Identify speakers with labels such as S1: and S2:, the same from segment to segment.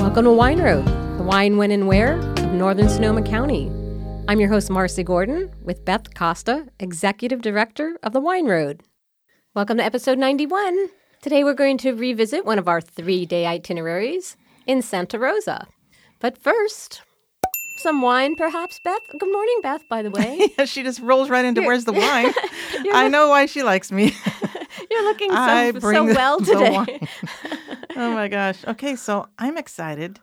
S1: Welcome to Wine Road, the wine, when, and where of Northern Sonoma County. I'm your host, Marcy Gordon, with Beth Costa, Executive Director of the Wine Road. Welcome to episode 91. Today we're going to revisit one of our three day itineraries in Santa Rosa. But first, some wine, perhaps, Beth? Good morning, Beth, by the way.
S2: she just rolls right into where's the wine. I know why she likes me.
S1: You're looking
S2: I
S1: so,
S2: bring
S1: so
S2: the-
S1: well
S2: the
S1: today.
S2: wine. oh my gosh. Okay, so I'm excited.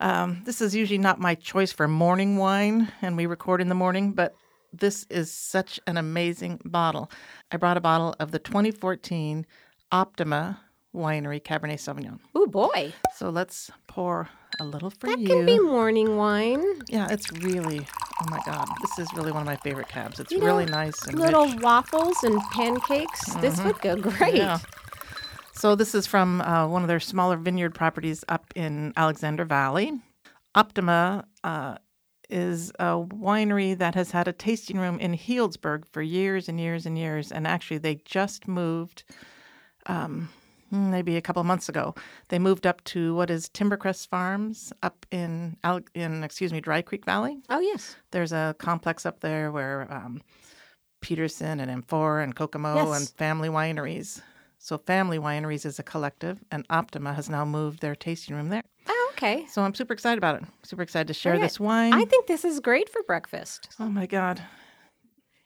S2: Um, this is usually not my choice for morning wine, and we record in the morning, but this is such an amazing bottle. I brought a bottle of the 2014 Optima Winery Cabernet Sauvignon.
S1: Oh, boy.
S2: So let's pour a little for
S1: That
S2: you.
S1: can be morning wine.
S2: yeah, it's really. Oh my God, this is really one of my favorite cabs. It's
S1: You know,
S2: really nice and
S1: little
S2: rich.
S1: waffles and pancakes. This would go great.
S2: Mm-hmm. Yeah. So this is from uh, one of their smaller vineyard properties up in Alexander Valley. Optima uh, is a winery that has had a tasting room in Healdsburg for years and years and years, and actually they just moved. Um, maybe a couple of months ago, they moved up to what is Timbercrest Farms up in Ale- in excuse me Dry Creek Valley
S1: Oh yes,
S2: there's a complex up there where um, Peterson and Amphora and Kokomo
S1: Yes.
S2: and Family Wineries. So Family Wineries is a collective, and Optima has now moved their tasting room there.
S1: oh, okay.
S2: So I'm super excited about it. Super excited to share
S1: All right.
S2: this wine.
S1: I think this is great for breakfast.
S2: oh my God,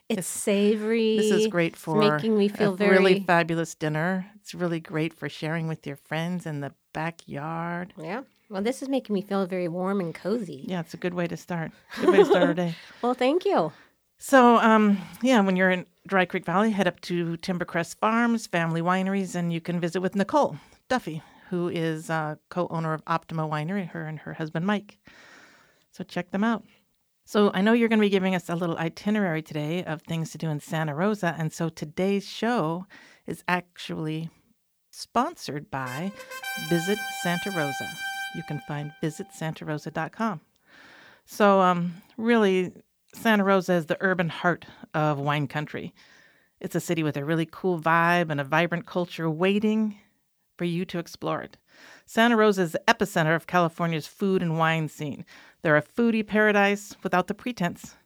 S1: It's, savory.
S2: this is great
S1: It's
S2: for
S1: making me feel
S2: a
S1: very
S2: really fabulous dinner. It's really great for sharing with your friends in the backyard.
S1: yeah. Well, this is making me feel very warm and cozy.
S2: Yeah, it's a good way to start. Good way to start our day.
S1: Well, thank you.
S2: So, um, yeah, when you're in Dry Creek Valley, head up to Timbercrest Farms, Family Wineries, and you can visit with Nicole Duffy, who is uh, co owner of Optima Winery, her and her husband Mike. So, check them out. So, I know you're going to be giving us a little itinerary today of things to do in Santa Rosa. And so, today's show is actually sponsored by Visit Santa Rosa. You can find visitsantarosa.com. So, um, really, Santa Rosa is the urban heart of wine country. It's a city with a really cool vibe and a vibrant culture waiting for you to explore it. Santa Rosa is the epicenter of California's food and wine scene. They're a foodie paradise without the pretense,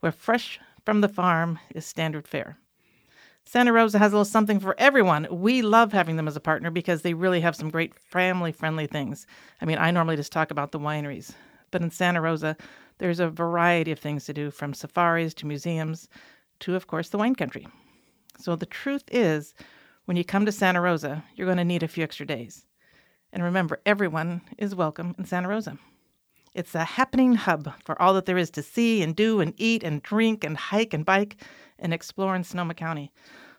S2: where fresh from the farm is standard fare. Santa Rosa has a little something for everyone. We love having them as a partner because they really have some great family friendly things. I mean, I normally just talk about the wineries, but in Santa Rosa, there's a variety of things to do from safaris to museums to, of course, the wine country. So the truth is, when you come to Santa Rosa, you're going to need a few extra days. And remember, everyone is welcome in Santa Rosa. It's a happening hub for all that there is to see and do and eat and drink and hike and bike and explore in Sonoma County.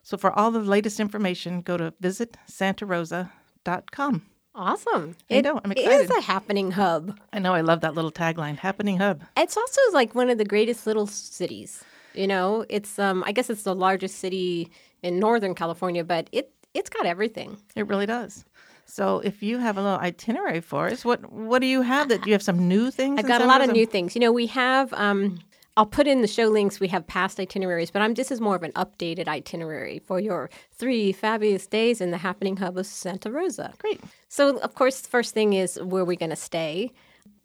S2: So for all the latest information, go to visitsantarosa.com.
S1: Awesome.
S2: I know, I'm
S1: It is
S2: excited.
S1: a happening hub.
S2: I know I love that little tagline, happening hub.
S1: It's also like one of the greatest little cities. You know, it's um I guess it's the largest city in Northern California, but it it's got everything.
S2: It really does. So if you have a little itinerary for us, what what do you have? That do you have some new things?
S1: I've
S2: in
S1: got a
S2: Santa
S1: lot of
S2: Rosa?
S1: new things. You know, we have. Um, I'll put in the show links. We have past itineraries, but I'm this is more of an updated itinerary for your three fabulous days in the happening hub of Santa Rosa.
S2: Great.
S1: So, of course, the first thing is where we going to stay.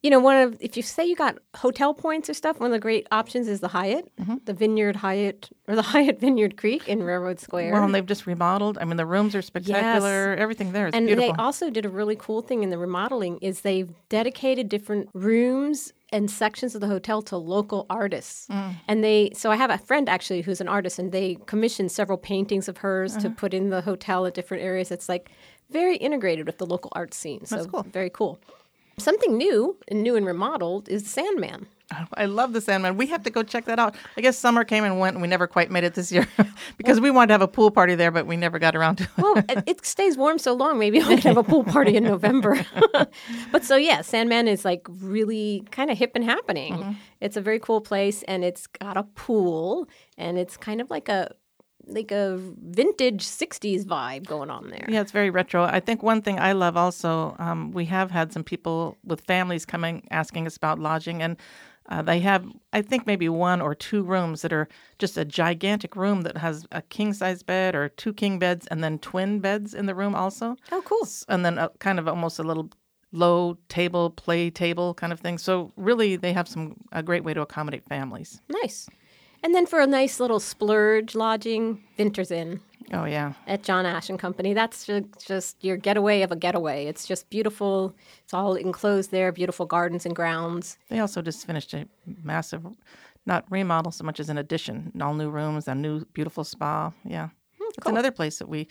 S1: You know, one of if you say you got hotel points or stuff, one of the great options is the Hyatt, the Vineyard Hyatt or the Hyatt Vineyard Creek in Railroad Square.
S2: Well, and they've just remodeled. I mean, the rooms are spectacular. Everything there is
S1: And
S2: beautiful.
S1: they also did a really cool thing in the remodeling is they've dedicated different rooms and sections of the hotel to local artists.
S2: Mm.
S1: And they so I have a friend actually who's an artist and they commissioned several paintings of hers
S2: Uh-huh.
S1: to put in the hotel at different areas. It's like very integrated with the local art scene. So
S2: That's cool.
S1: very cool. Something new and new and remodeled is Sandman.
S2: I love the Sandman. We have to go check that out. I guess summer came and went, and we never quite made it this year because we wanted to have a pool party there, but we never got around to it.
S1: Well, it, it stays warm so long. Maybe I can have a pool party in November. but so yeah, Sandman is like really kind of hip and happening. It's a very cool place, and it's got a pool, and it's kind of like a like a vintage '60s vibe going on there.
S2: Yeah, it's very retro. I think one thing I love also, um, we have had some people with families coming asking us about lodging, and uh, they have, I think, maybe one or two rooms that are just a gigantic room that has a king size bed or two king beds, and then twin beds in the room also.
S1: Oh, cool.
S2: And then a, kind of almost a little low table, play table kind of thing. So really, they have some a great way to accommodate families.
S1: Nice. And then for a nice little splurge lodging, Vinter's Inn
S2: Oh yeah,
S1: at John Ash and Company. That's ju- just your getaway of a getaway. It's just beautiful. It's all enclosed there, beautiful gardens and grounds.
S2: they also just finished a massive, not remodel so much as an addition, all new rooms, a new beautiful spa. Yeah, it's another place that we.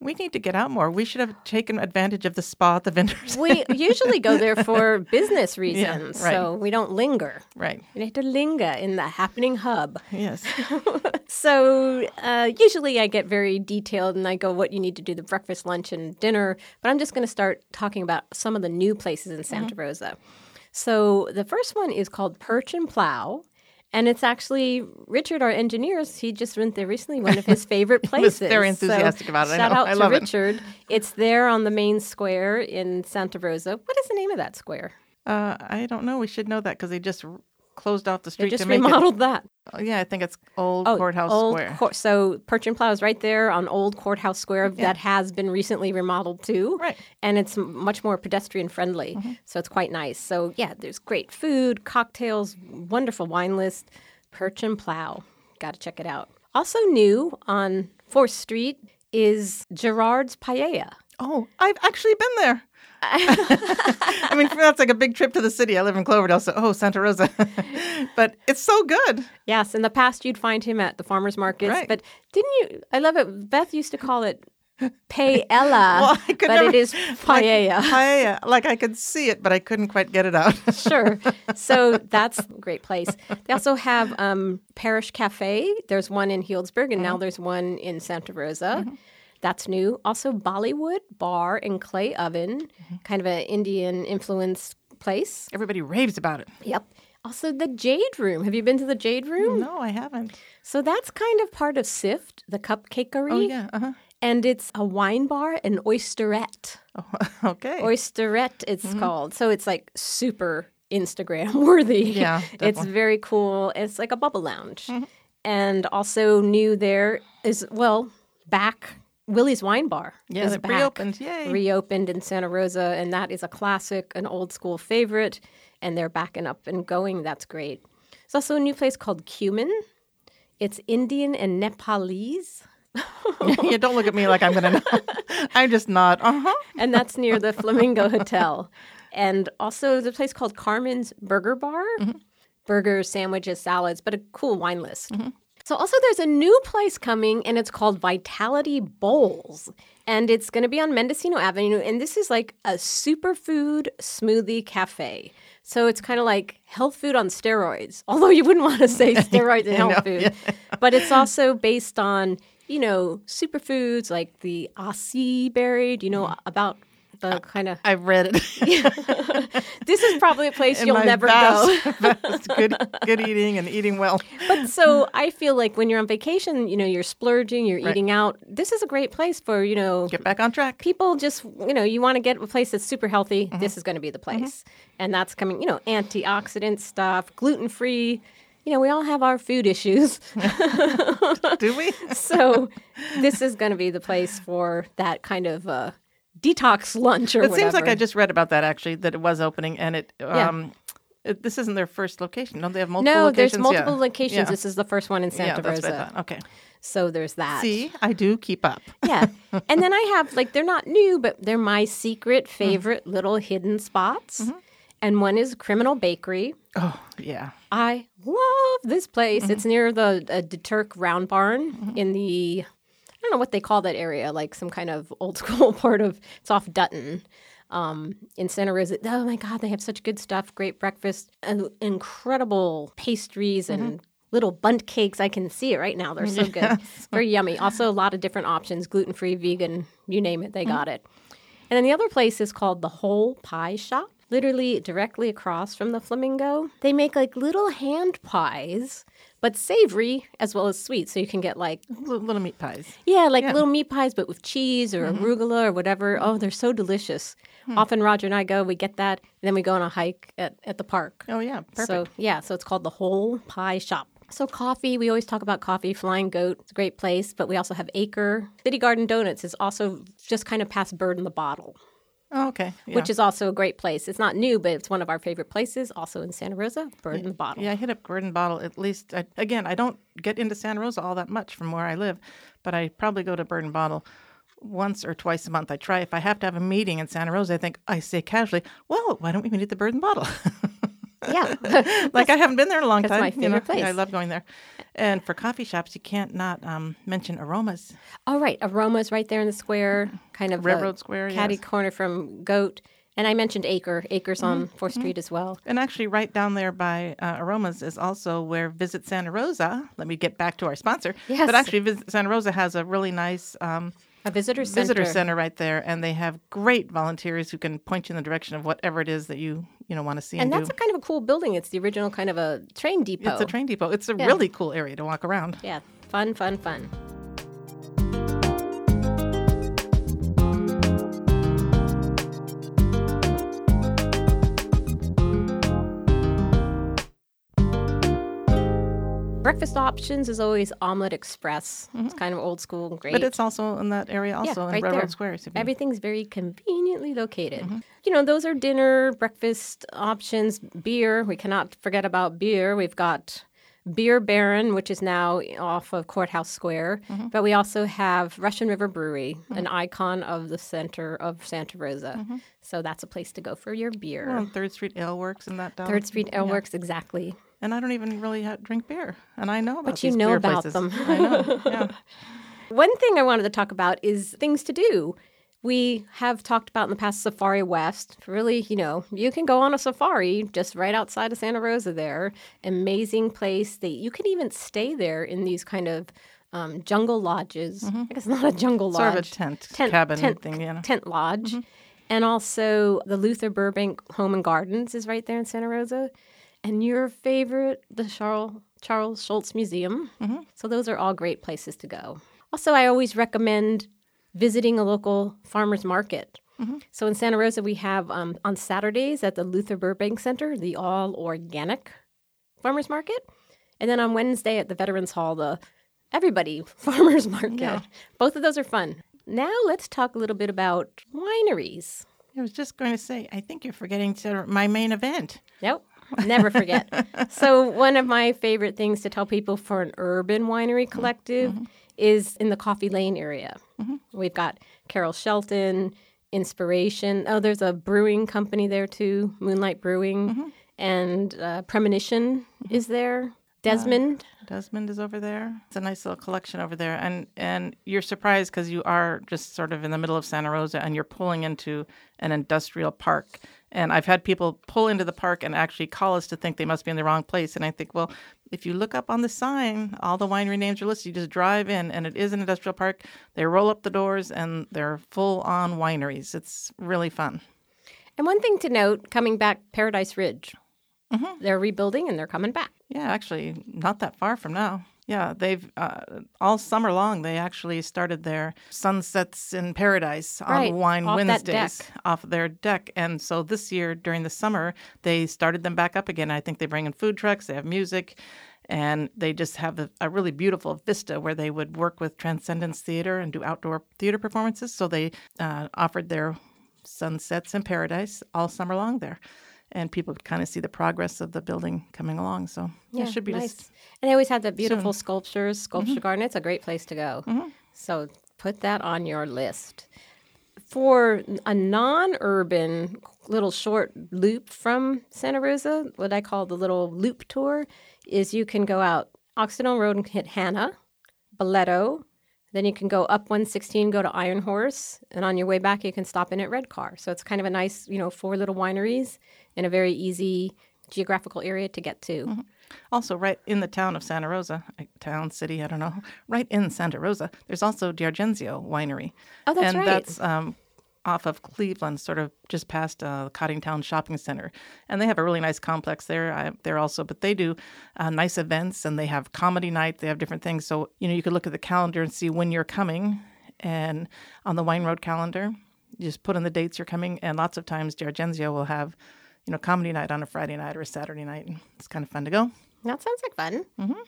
S2: We need to get out more. We should have taken advantage of the spa at the vendors.
S1: We usually go there for business reasons,
S2: right.
S1: so we don't linger.
S2: right.
S1: We need to linger in the happening hub.
S2: Yes.
S1: So uh, usually I get very detailed and I go what you need to do the breakfast, lunch, and dinner. But I'm just going to start talking about some of the new places in Santa
S2: Mm-hmm.
S1: Rosa. So the first one is called Perch and Plow. And it's actually Richard, our engineer. He just went there recently. One of his favorite places.
S2: very
S1: So
S2: enthusiastic about it. I
S1: Shout
S2: know.
S1: out
S2: I
S1: to
S2: love it.
S1: Richard. It's there on the main square in Santa Rosa. What is the name of that square?
S2: Uh, I don't know. We should know that because they just r- closed off the
S1: They
S2: street
S1: just
S2: to make
S1: remodeled that.
S2: it. Oh, yeah, I think it's Old Courthouse
S1: old
S2: Square.
S1: Cour- so Perch and Plow is right there on Old Courthouse Square that has been recently remodeled too.
S2: Right. Mm-hmm.
S1: And it's m- much more pedestrian friendly. So it's quite nice. So yeah, there's great food, cocktails, wonderful wine list. Perch and Plow. Got to check it out. Also new on 4th Street is Gerard's Paella.
S2: oh, I've actually been there. I mean, for- that's like a big trip to the city. I live in Cloverdale, so oh, Santa Rosa. but it's so good.
S1: Yes, in the past you'd find him at the farmers markets,
S2: Right.
S1: but didn't you? I love it. Beth used to call it paella, but
S2: never-
S1: it is
S2: Like,
S1: paella.
S2: paella. Like I could see it, but I couldn't quite get it out.
S1: sure. So that's a great place. They also have um, Parish Cafe. There's one in Healdsburg, and
S2: Mm-hmm.
S1: now there's one in Santa Rosa. That's new. Also, Bollywood Bar and Clay Oven,
S2: Mm-hmm.
S1: kind of an Indian influenced place.
S2: Everybody raves about it.
S1: Yep. Also, the Jade Room. Have you been to the Jade Room?
S2: No, I
S1: Hmm.
S2: haven't.
S1: So that's kind of part of Sift, the cupcakery.
S2: Oh yeah. Uh-huh.
S1: And it's a wine bar and oysterette.
S2: Oh, okay.
S1: Oysterette, it's
S2: Mm-hmm.
S1: called. So it's like super Instagram worthy.
S2: Yeah,
S1: it's
S2: definitely. Mm-hmm.
S1: very cool. It's like a bubble lounge. And also new there is well back Willie's Wine Bar.
S2: yeah,
S1: is
S2: it
S1: back.
S2: reopened. Yay.
S1: Reopened in Santa Rosa, and that is a classic, an old school favorite. And they're backing up and going. That's great. There's also a new place called Cumin. It's Indian and Nepalese.
S2: yeah, don't look at me like I'm gonna know. I'm just not. Uh huh.
S1: and that's near the Flamingo Hotel. And also the place called Carmen's Burger Bar. Burgers, sandwiches, salads, but a cool wine list. So also there's a new place coming and it's called Vitality Bowls. And it's going to be on Mendocino Avenue and this is like a superfood smoothie cafe. So it's kind of like health food on steroids. Although you wouldn't want to say steroids and health food. but it's also based on, you know, superfoods like the Aussie berry, do you know about the kind of
S2: Mm. I read it.
S1: This is probably a place
S2: in
S1: you'll
S2: my
S1: never go.
S2: vast, vast good, good eating and eating well.
S1: but so I feel like when you're on vacation, you know, you're splurging, you're eating out. This is a great place for, you know,
S2: Get back on track.
S1: people just, you know, you want to get a place that's super healthy.
S2: Mm-hmm.
S1: This is going to be the place. And that's coming, you know, antioxidant stuff, gluten free. You know, we all have our food issues.
S2: Do we?
S1: so this is going to be the place for that kind of uh, detox lunch or
S2: It
S1: whatever.
S2: seems like I just read about that actually that it was opening and it. Um, it, this isn't their first location. Don't they have multiple
S1: no,
S2: locations?
S1: there's multiple
S2: yeah.
S1: locations.
S2: Yeah.
S1: This is the first one in Santa
S2: yeah, that's
S1: Rosa.
S2: what I thought. Okay.
S1: So there's that.
S2: See, I do keep up.
S1: yeah. And then I have like they're not new, but they're my secret favorite little hidden spots. And one is Criminal Bakery.
S2: Oh, yeah.
S1: I love this place. It's near the uh, Deterk Round Barn in the I don't know what they call that area, like some kind of old school part of it's off Dutton. Um, in Santa Rosa, oh my God, they have such good stuff, great breakfast, and incredible pastries and little bunt cakes. I can see it right now; they're so good, very yummy. Also, a lot of different options: gluten free, vegan, you name it, they got it. And then the other place is called the Whole Pie Shop, literally directly across from the Flamingo. They make like little hand pies, but savory as well as sweet. So you can get like,
S2: L- little meat pies.
S1: yeah, like little meat pies, but with cheese or
S2: Mm-hmm.
S1: arugula or whatever. Oh, they're so delicious.
S2: Hmm.
S1: Often Roger and I go, we get that, and then we go on a hike at, at the park.
S2: Oh, yeah. Perfect.
S1: So yeah, so it's called the Whole Pie Shop. So coffee, we always talk about coffee. Flying Goat, it's a great place, but we also have Acre. City Garden Donuts is also just kind of past Bird in the Bottle.
S2: Oh, okay. Yeah.
S1: which is also a great place. It's not new, but it's one of our favorite places, also in Santa Rosa, Bird in the Bottle.
S2: Yeah, I hit up Gordon Bottle at least. I, again, I don't get into Santa Rosa all that much from where I live, but I probably go to Bird and Bottle once or twice a month. I try if I have to have a meeting in Santa Rosa, I think I say casually, "Well, why don't we meet at the Bird and Bottle?"
S1: Yeah.
S2: like I haven't been there in a long
S1: That's
S2: time.
S1: my
S2: you know?
S1: favorite place.
S2: I love going there. And for coffee shops, you can't not um, mention aromas.
S1: all Oh, right. Aroma's right there in the square, kind of a
S2: Railroad Square,
S1: catty
S2: yes.
S1: corner from Goat. And I mentioned Acre. Acre's on
S2: Mm-hmm.
S1: 4th Street as well.
S2: And actually, right down there by uh, Aromas is also where Visit Santa Rosa. Let me get back to our sponsor.
S1: Yes.
S2: But actually, Visit Santa Rosa has a really nice um,
S1: A visitor center.
S2: visitor center right there, and they have great volunteers who can point you in the direction of whatever it is that you you know want to see
S1: And
S2: and,
S1: that's
S2: do.
S1: a kind of a cool building. It's the original kind of a train depot.
S2: it's a train depot. It's a really cool area to walk around.
S1: Yeah, fun, fun, fun. Breakfast options is always Omelette Express. It's kind of old school and great.
S2: Mm-hmm. But it's also in that area, also in
S1: right
S2: Railroad
S1: there.
S2: Square. So if you- Mm-hmm.
S1: Everything's very conveniently located. You know, those are dinner, breakfast options, beer. We cannot forget about beer. We've got Beer Baron, which is now off of Courthouse Square,
S2: Mm-hmm.
S1: but we also have Russian River Brewery, an icon of the center of Santa Rosa.
S2: Mm-hmm.
S1: So that's a place to go for your beer.
S2: We're on Third Street Ale Works in that down.
S1: Third Street Ale Works, exactly.
S2: and I don't even really ha- drink beer, and I know about
S1: But you
S2: these
S1: know
S2: beer
S1: about
S2: places.
S1: them.
S2: I know. Yeah.
S1: One thing I wanted to talk about is things to do. We have talked about in the past Safari West. Really, you know, you can go on a safari just right outside of Santa Rosa there. Amazing place. They, you can even stay there in these kind of um, jungle lodges. I guess not a jungle
S2: Sort
S1: lodge.
S2: of a tent, cabin
S1: tent,
S2: thing, Mm-hmm. you know.
S1: tent lodge. And also the Luther Burbank Home and Gardens is right there in Santa Rosa. And your favorite, the Charles, Charles Schultz Museum.
S2: Mm-hmm.
S1: So those are all great places to go. Also, I always recommend visiting a local farmer's market.
S2: Mm-hmm.
S1: So in Santa Rosa, we have um, on Saturdays at the Luther Burbank Center, the all organic farmers market. And then on Wednesday at the Veterans Hall, the everybody farmers market. Both of those are fun. Now let's talk a little bit about wineries.
S2: I was just going to say, I think you're forgetting to, my main event.
S1: Nope. Never forget. so, one of my favorite things to tell people for an urban winery collective is in the Coffee Lane area. We've got Carol Shelton, Inspiration. Oh, there's a brewing company there too, Moonlight Brewing, and uh, Premonition is there. Desmond.
S2: Desmond is over there. It's a nice little collection over there, and and you're surprised because you are just sort of in the middle of Santa Rosa, and you're pulling into an industrial park. And I've had people pull into the park and actually call us to think they must be in the wrong place. And I think, well, if you look up on the sign, all the winery names are listed. You just drive in, and it is an industrial park. They roll up the doors, and they're full on wineries. It's really fun.
S1: and one thing to note coming back, Paradise Ridge. They're rebuilding and they're coming back.
S2: Yeah, actually, not that far from now. Yeah, they've uh, all summer long. They actually started their sunsets in paradise on
S1: Right,
S2: Wine
S1: off that
S2: Wednesdays
S1: deck.
S2: off their deck, and so this year during the summer they started them back up again. I think they bring in food trucks, they have music, and they just have a, a really beautiful vista where they would work with Transcendence Theater and do outdoor theater performances. So they uh, offered their sunsets in paradise all summer long there. And people could kind of see the progress of the building coming along. So it should be
S1: nice.
S2: just
S1: And they always have the beautiful sculptures, sculpture
S2: Mm-hmm.
S1: garden. It's a great place to go. So put that on your list. For a non-urban little short loop from Santa Rosa, what I call the little loop tour, is you can go out Oxidon Road and hit Hannah, Boleto. Then you can go up 116, go to Iron Horse, and on your way back you can stop in at Red Car. So it's kind of a nice, you know, four little wineries in a very easy geographical area to get
S2: Mm-hmm.
S1: to.
S2: Also, right in the town of Santa Rosa, uh, town, city, I don't know, right in Santa Rosa, there's also D'Argenzio Winery.
S1: Oh, that's
S2: and
S1: right.
S2: that's um, off of Cleveland, sort of just past uh, the Cottingtown Shopping Center. And they have a really nice complex there. I, there also, but they do uh, nice events and they have comedy night. They have different things. So, you know, you could look at the calendar and see when you're coming. And on the Wine Road calendar, you just put in the dates you're coming. And lots of times, D'Argenzio will have, you know, comedy night on a Friday night or a Saturday night. It's kind of fun to go.
S1: That sounds like fun. Mm-hmm.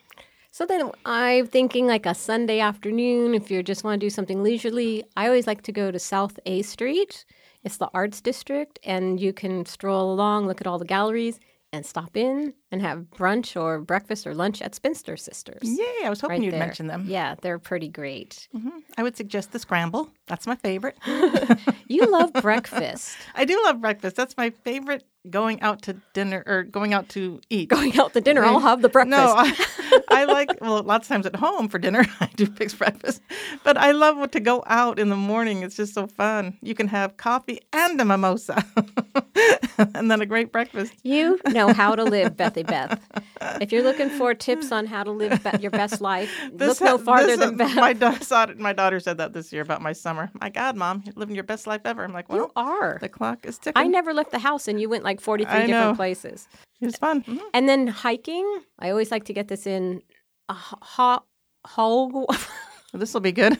S1: So then I'm thinking like a Sunday afternoon, if you just want to do something leisurely, I always like to go to South A Street It's the arts district, and you can stroll along, look at all the galleries, and stop in and have brunch or breakfast or lunch at Spinster Sisters.
S2: Yay, I was hoping
S1: Right
S2: Mm-hmm. you'd
S1: there.
S2: mention them. Mm-hmm.
S1: Yeah, they're pretty great.
S2: I would suggest the scramble. That's my favorite.
S1: You love breakfast.
S2: I do love breakfast. That's my favorite going out to dinner or going out to eat.
S1: Going out to dinner, I'll have the breakfast.
S2: No, I, I like, well, lots of times at home for dinner, I do fix breakfast. But I love to go out in the morning. It's just so fun. You can have coffee and a mimosa and then a great breakfast.
S1: You know how to live, Bethy Beth. If you're looking for tips on how to live be- your best life, look no
S2: ha-
S1: farther
S2: this
S1: than
S2: is-
S1: Beth.
S2: My, da- saw- my daughter said that this year about my summer. My God, Mom, you're living your best life ever. I'm like, well,
S1: you are.
S2: the clock is ticking.
S1: I never left the house, and you went like 43
S2: I know.
S1: different places.
S2: It's fun. Mhm.
S1: And then hiking. I always like to get this in. A ho- ho-
S2: This will be good.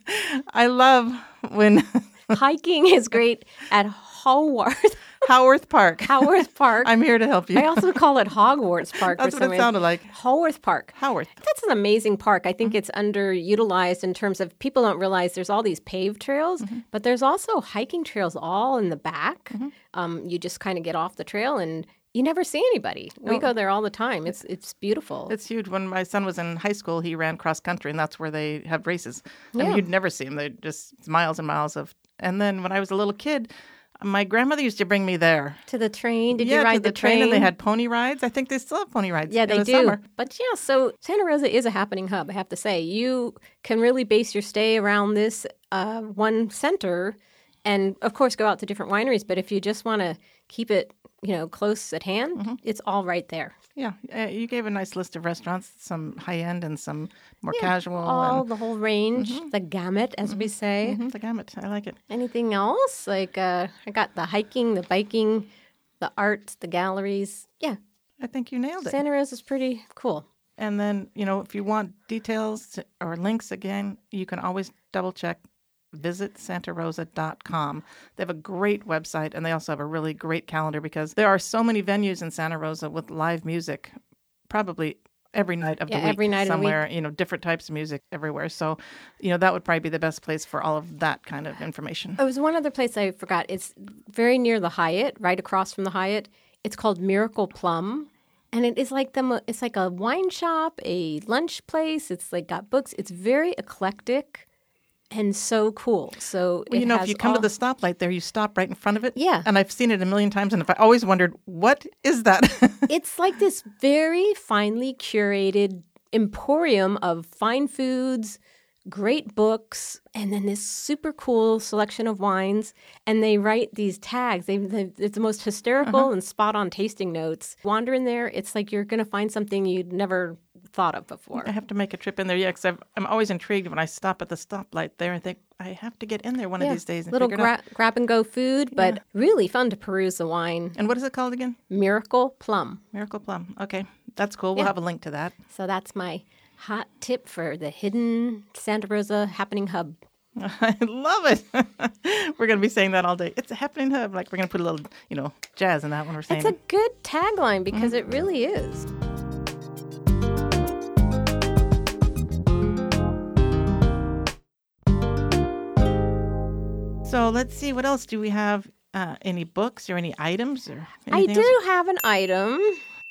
S2: I love when
S1: hiking is great at Haworth,
S2: Howarth Park.
S1: Haworth Park.
S2: I'm here to help you.
S1: I also call it Hogwarts Park
S2: That's
S1: for some
S2: what it
S1: reason.
S2: sounded like.
S1: Haworth Park.
S2: Howarth.
S1: That's an amazing park. I think
S2: Mm-hmm.
S1: it's underutilized in terms of people don't realize there's all these paved trails,
S2: Mm-hmm.
S1: but there's also hiking trails all in the back. Um, you just kind of get off the trail and you never see anybody. We go there all the time. It's it's beautiful.
S2: It's huge. When my son was in high school, he ran cross country, and that's where they have races. I
S1: Yeah.
S2: mean, you'd never see them. They just it's miles and miles of. And then when I was a little kid, my grandmother used to bring me there.
S1: to the train. Did
S2: yeah,
S1: you
S2: to
S1: ride
S2: the, train? and they had pony rides. I think they still have pony rides.
S1: yeah,
S2: in
S1: they
S2: the
S1: do.
S2: Summer.
S1: But yeah, so Santa Rosa is a happening hub, I have to say. You can really base your stay around this uh, one center and, of course, go out to different wineries. But if you just want to keep it, you know, close at hand,
S2: Mm-hmm.
S1: it's all right there.
S2: Yeah, uh, you gave a nice list of restaurants, some high end and some more casual.
S1: all the whole range,
S2: Mm-hmm.
S1: the gamut, as we say.
S2: and, Mhm, the gamut. I like it.
S1: Anything else? Like uh, I got the hiking, the biking, the arts, the galleries. Yeah,
S2: I think you nailed it.
S1: Santa Rosa is pretty cool.
S2: And then, you know, if you want details or links again, you can always double check visit santarosa.com. They have a great website and they also have a really great calendar because there are so many venues in Santa Rosa with live music probably every night of the
S1: Yeah,
S2: week
S1: every night of the week.
S2: somewhere, you know, different types of music everywhere. So, you know, that would probably be the best place for all of that kind of information.
S1: There was Oh, one other place I forgot. It's very near the Hyatt, right across from the Hyatt. It's called Miracle Plum, and it is like the mo- it's like a wine shop, a lunch place. It's like got books. It's very eclectic and so cool. So
S2: Well,
S1: it
S2: you know, if
S1: has
S2: you come
S1: all-
S2: to the stoplight there, you stop right in front of it.
S1: Yeah.
S2: And I've seen it a million times and if I always wondered, what is that?
S1: it's like this very finely curated emporium of fine foods, great books, and then this super cool selection of wines. And they write these tags. They, they, it's the most hysterical
S2: Uh-huh.
S1: and spot on tasting notes. Wander in there, it's like you're going to find something you'd never thought of before.
S2: I have to make a trip in there, yeah, because I'm always intrigued when I stop at the stoplight there and think, I have to get in there one of these days and
S1: Little
S2: figure it out.
S1: gra- grab and go food, but really fun to peruse the wine.
S2: And what is it called again?
S1: Miracle Plum.
S2: Miracle Plum. Okay, that's cool. We'll have a link to that.
S1: So that's my hot tip for the hidden Santa Rosa happening hub.
S2: I love it. we're going to be saying that all day. It's a happening hub. Like, we're going to put a little, you know, jazz in that when we're saying
S1: It's a good tagline because it really
S2: Mm-hmm.
S1: is.
S2: it. So let's see, what else do we have? Uh, any books or any items or
S1: I
S2: anything
S1: do
S2: Else?
S1: have an item.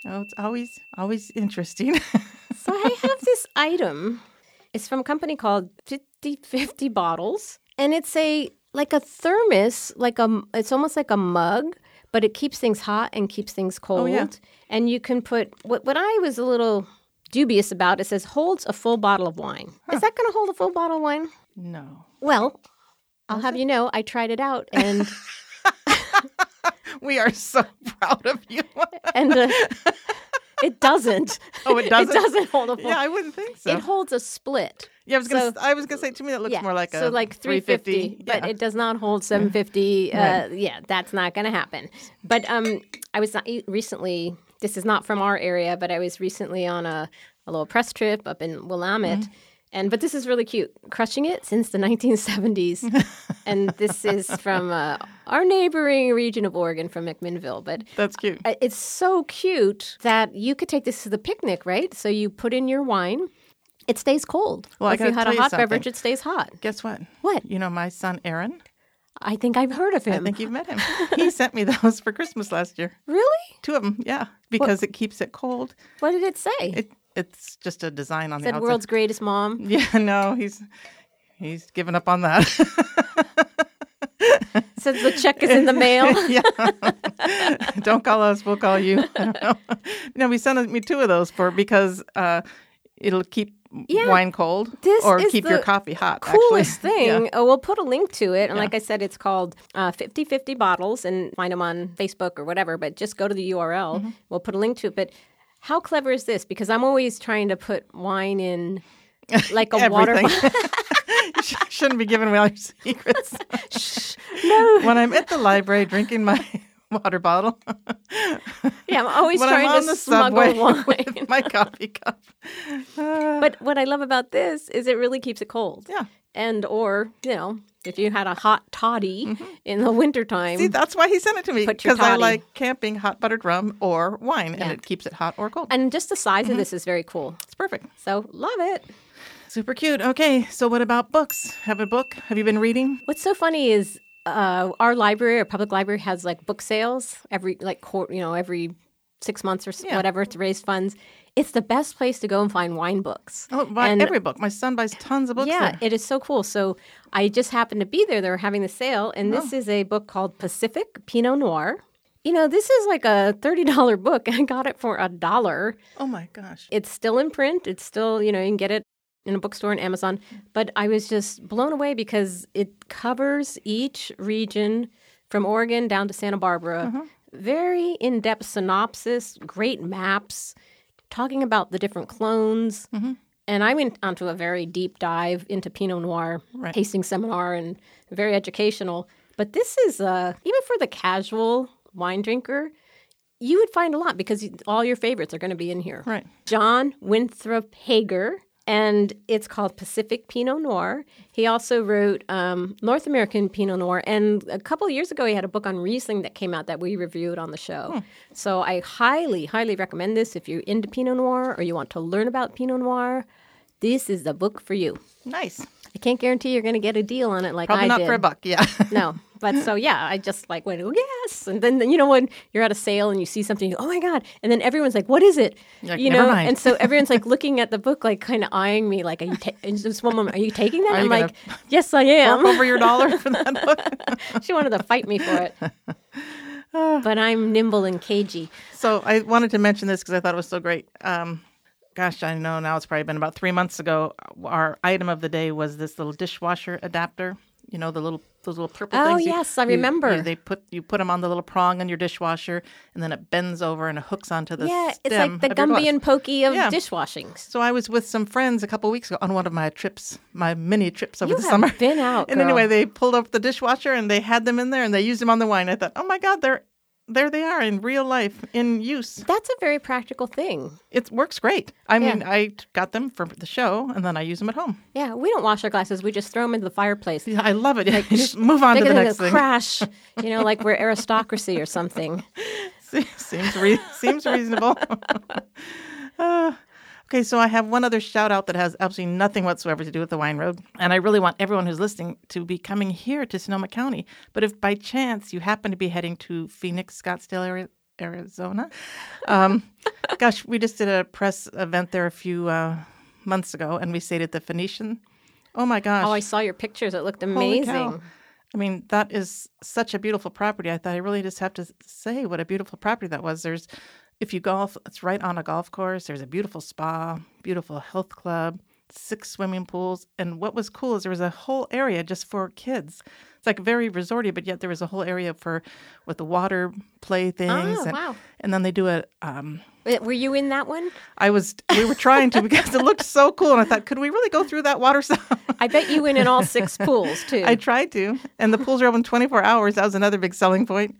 S2: Oh, it's always, always interesting.
S1: So I have this item. It's from a company called 5050 Bottles. And it's a like a thermos, like a it's almost like a mug, but it keeps things hot and keeps things cold.
S2: Oh, yeah.
S1: And you can put what what I was a little dubious about, it says holds a full bottle of wine. Is that gonna hold a full bottle of wine?
S2: no.
S1: Well, I'll have you know, I tried it out and
S2: We are so proud of you.
S1: and uh, it doesn't.
S2: oh, it doesn't?
S1: It doesn't hold a full.
S2: Yeah, I wouldn't think so.
S1: It holds a split.
S2: Yeah, I was gonna.
S1: So-
S2: s- I was gonna say to me that looks
S1: yeah.
S2: more like a
S1: so like 350, but
S2: yeah.
S1: it does not hold 750. Uh, yeah, that's not going to happen. But um, I was not, recently. This is not from our area, but I was recently on a, a little press trip up in Willamette.
S2: Mm-hmm.
S1: And but this is really cute. Crushing it since the 1970s, and this is from uh, our neighboring region of Oregon, from McMinnville. But
S2: that's cute.
S1: Uh, It's so cute that you could take this to the picnic, right? So you put in your wine. It stays cold.
S2: Well, I
S1: if you
S2: gotta
S1: had
S2: tell
S1: a
S2: you
S1: hot
S2: something.
S1: beverage, it stays hot.
S2: Guess what?
S1: What?
S2: You know my son Aaron.
S1: I think I've heard of
S2: I
S1: him.
S2: think you've met him. He sent me those for Christmas last year.
S1: really?
S2: Two of them, yeah, because it keeps it cold.
S1: What did it say? It
S2: It it's just a design on the
S1: said
S2: outside.
S1: world's greatest mom.
S2: Yeah, no, he's he's given up on that.
S1: It says the check is in the mail.
S2: yeah, don't call us; we'll call you. I don't know. no, he sent me two of those for because uh, it'll keep
S1: Yeah.
S2: wine cold
S1: This
S2: or
S1: is
S2: keep your
S1: the
S2: coffee hot. actually.
S1: coolest
S2: Yeah.
S1: thing. Oh, we'll put a link to it. And like I said, it's called uh, 50 50 Bottles and find them on Facebook or whatever, but just go to the URL.
S2: Mm-hmm.
S1: We'll put a link to it. But how clever is this? Because I'm always trying to put wine in like a water
S2: Everything.
S1: bottle.
S2: You sh- Shouldn't be giving away all your secrets. no. When I'm at the library drinking my water bottle,
S1: Yeah, I'm always
S2: when
S1: trying
S2: I'm on
S1: to
S2: the subway
S1: smuggle wine.
S2: with my coffee cup. Uh,
S1: But what I love about this is it really keeps it cold.
S2: yeah.
S1: And or, you know, if you had a hot toddy in the wintertime.
S2: Mm-hmm. See, that's why he sent it to me
S1: Put your
S2: because I
S1: toddy.
S2: like camping hot buttered rum or wine,
S1: Yeah.
S2: and it keeps it hot or cold.
S1: and just the size
S2: Mm-hmm.
S1: of this is very cool.
S2: It's perfect.
S1: So love it.
S2: Super cute. Okay, so what about books? Have a book? Have you been reading?
S1: What's so funny is uh, our library, our public library, has like book sales every like quar- you know every six months or s
S2: Yeah.
S1: whatever to raise funds. It's the best place to go and find wine books.
S2: Oh, buy
S1: And-
S2: every book. My son buys tons of books.
S1: yeah,
S2: there.
S1: it is so cool. So I just happened to be there. They were having the sale, and this is a book called Pacific Pinot Noir. You know, this is like a thirty dollar book. I got it for a dollar.
S2: Oh my gosh.
S1: It's still in print. It's still, you know, you can get it in a bookstore and Amazon. But I was just blown away because it covers each region from Oregon down to Santa Barbara. Very in depth synopsis, great maps, talking about the different clones. And I went onto a very deep dive into Pinot Noir
S2: Right.
S1: tasting seminar and very educational. But this is, uh, even for the casual wine drinker, you would find a lot because you- all your favorites are going to be in here.
S2: Right.
S1: John Winthrop Hager, and it's called Pacific Pinot Noir. He also wrote um, North American Pinot Noir, and a couple of years ago, he had a book on Riesling that came out that we reviewed on the
S2: Hmm.
S1: show. So I highly, highly recommend this if you're into Pinot Noir or you want to learn about Pinot Noir. This is the book for you.
S2: Nice.
S1: I can't guarantee you're going to get a deal on it like
S2: Probably
S1: I
S2: not
S1: did.
S2: for a buck. Yeah.
S1: No, but so yeah, I just like went oh, yes, and then you know when you're at a sale and you see something, you go, oh my god, and then everyone's like, what is it?
S2: You're like,
S1: you
S2: "Never
S1: know,
S2: mind."
S1: and so everyone's like looking at the book, like kind of eyeing me, like, are you? Ta- and just one moment, are you taking that?
S2: Are you
S1: I'm
S2: gonna
S1: like, yes, I
S2: Bump
S1: am.
S2: over your dollar for that book.
S1: she wanted to fight me for it, but I'm nimble and cagey.
S2: So I wanted to mention this because I thought it was so great. Um, gosh, I know now it's probably been about three months ago. Our item of the day was this little dishwasher adapter. You know the little those little purple
S1: Oh,
S2: things. You-
S1: yes, I
S2: you-
S1: remember.
S2: you- they put you put them on the little prong on your dishwasher, and then it bends over and it hooks onto the
S1: Yeah, it's
S2: stem
S1: like the
S2: of your
S1: Gumby
S2: glass.
S1: and Pokey of
S2: Yeah.
S1: dishwashing.
S2: So I was with some friends a couple weeks ago on one of my trips, my mini trips over
S1: You
S2: the
S1: have
S2: summer.
S1: been out,
S2: and
S1: girl.
S2: anyway, they pulled up the dishwasher and they had them in there and they used them on the wine. I thought, oh my God, they're there they are in real life in use.
S1: That's a very practical thing.
S2: It works great. I
S1: Yeah.
S2: mean, I t- got them for the show and then I use them at home.
S1: Yeah, we don't wash our glasses; we just throw them into the fireplace.
S2: Yeah, I love it. Just move on to
S1: Bigger
S2: the
S1: than
S2: next
S1: a
S2: thing.
S1: crash, you know, like we're aristocracy or something.
S2: seems re- seems reasonable. Uh, okay, so I have one other shout out that has absolutely nothing whatsoever to do with the wine road, and I really want everyone who's listening to be coming here to Sonoma County. But if by chance you happen to be heading to Phoenix, Scottsdale area. Arizona. Um, gosh, we just did a press event there a few uh, months ago and we stayed at the Phoenician. Oh my gosh.
S1: Oh, I saw your pictures. It looked
S2: Holy
S1: amazing.
S2: cow. I mean, that is such a beautiful property. I thought I really just have to say what a beautiful property that was. There's, if you golf, it's right on a golf course. There's a beautiful spa, beautiful health club, six swimming pools. And what was cool is there was a whole area just for kids. It's like very resorty, but yet there was a whole area for with the water play things.
S1: Oh,
S2: and,
S1: wow.
S2: and then they do a um,
S1: Uh, Were you in that one?
S2: I was we were trying to because it looked so cool and I thought, could we really go through that water sound?
S1: I bet you went in all six pools too.
S2: I tried to. And the pools are open 24 hours. That was another big selling point.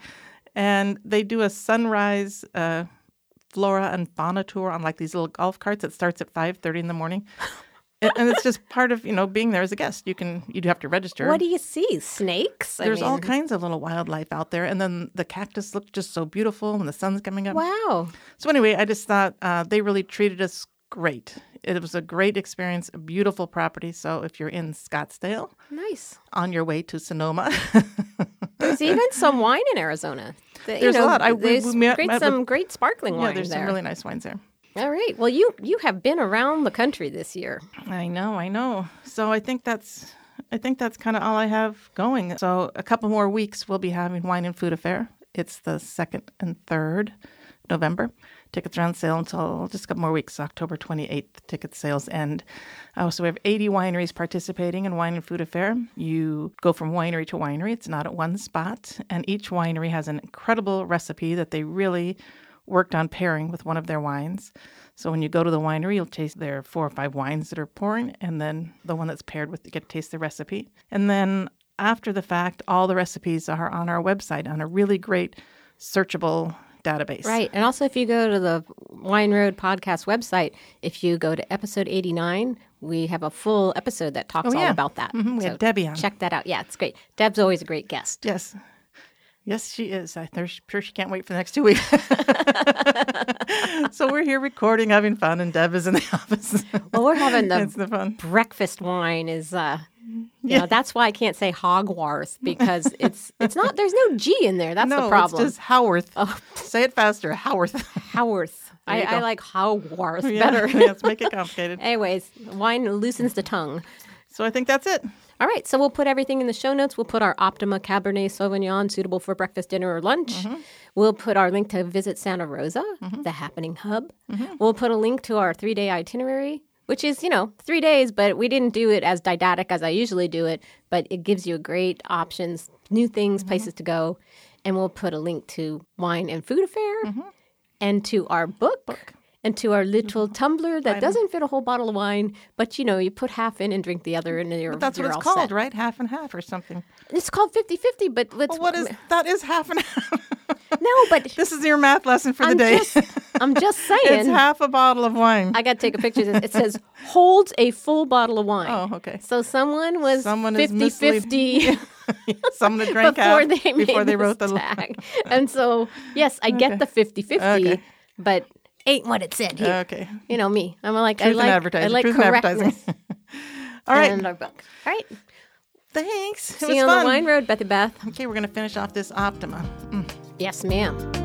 S2: And they do a sunrise uh, flora and fauna tour on like these little golf carts. It starts at 5:30 in the morning. and, and it's just part of, you know, being there as a guest. You can you do have to register.
S1: what do you see? Snakes? I
S2: There's all
S1: mean,
S2: kinds of little wildlife out there. And then the cactus looked just so beautiful and the sun's coming up.
S1: Wow.
S2: So anyway, I just thought uh, they really treated us great. It was a great experience, a beautiful property. So if you're in Scottsdale
S1: Nice.
S2: on your way to Sonoma,
S1: There's even some wine in Arizona. They-
S2: There's a lot. I- we-
S1: there's
S2: we met-
S1: great,
S2: met
S1: some
S2: with-
S1: great sparkling
S2: yeah,
S1: wine
S2: there's
S1: there.
S2: some really nice wines there.
S1: All right. Well, you you have been around the country this year.
S2: I know, I know. So I think that's I think that's kind of all I have going. So a couple more weeks we'll be having wine and food affair. It's the 2nd and 3rd November. Tickets are on sale until just a couple more weeks, October 28th. Ticket sales end. Uh, so we have 80 wineries participating in Wine and Food Affair. You go from winery to winery, it's not at one spot. And each winery has an incredible recipe that they really worked on pairing with one of their wines. So when you go to the winery, you'll taste their four or five wines that are pouring, and then the one that's paired with, you get to taste the recipe. And then after the fact, all the recipes are on our website on a really great searchable database.
S1: Right. And also, if you go to the Wine Road podcast website, if you go to episode 89, we have a full episode that talks all
S2: yeah.
S1: about that.
S2: Mhm, we had Debbie on.
S1: Check that out. Yeah, it's great. Deb's always a great guest.
S2: Yes. Yes, she is. I- I'm sure she can't wait for the next two weeks. so we're here recording, having fun, and Deb is in the office.
S1: Well, we're having
S2: it's
S1: the
S2: the fun.
S1: breakfast wine is uh
S2: Mm-hmm.
S1: you know, that's why I can't say Hogwarts because it's it's not there's no G in there. That's
S2: no,
S1: the problem. Oh.
S2: it's just Howarth. Say it faster, Howarth.
S1: Howarth. I,
S2: you
S1: I
S2: go.
S1: like Howarth
S2: Yeah,
S1: better.
S2: Let's make it complicated.
S1: Anyways, wine loosens the tongue.
S2: So I think that's it.
S1: All right, so we'll put everything in the show notes. We'll put our Optima Cabernet Sauvignon, suitable for breakfast, dinner, or lunch.
S2: Mm-hmm.
S1: We'll put our link to visit Santa Rosa, the happening hub.
S2: Mm-hmm.
S1: We'll put a link to our three day itinerary, which is, you know, three days, but we didn't do it as didactic as I usually do it, but it gives you great options, new
S2: Mm-hmm.
S1: things, places to go. And we'll put a link to Wine and Food Affair
S2: Mm-hmm.
S1: and to our book. And to our little
S2: Mm-hmm.
S1: tumbler that doesn't fit a whole bottle of wine, but you know, you put half in and drink the other, and you're
S2: That's what
S1: you're
S2: it's
S1: all set.
S2: called, right? Half and half or something.
S1: It's called 50 50, but what's,
S2: Well, what is that? Is half and half.
S1: No, but
S2: this is your math lesson for the
S1: I'm
S2: day.
S1: just, I'm just
S2: it's
S1: saying.
S2: half a bottle of wine.
S1: I got to take a picture of this. It says holds a full bottle of wine.
S2: Oh, okay.
S1: So someone was
S2: Someone is
S1: 50 50
S2: Someone that drank
S1: before
S2: half
S1: they made
S2: before they
S1: this
S2: wrote the.
S1: tag. And so, yes, I get the 50 50,
S2: Okay.
S1: but ain't what it said here.
S2: Okay.
S1: you know me. I'm like, I
S2: Truth
S1: like,
S2: in
S1: I
S2: advertising.
S1: like
S2: Truth in
S1: correctness
S2: advertising. All right.
S1: and our book. All right.
S2: Thanks. It
S1: See
S2: was
S1: you on
S2: fun.
S1: the wine road, Bethy Beth.
S2: Okay, we're gonna finish off this Optima.
S1: Yes, ma'am.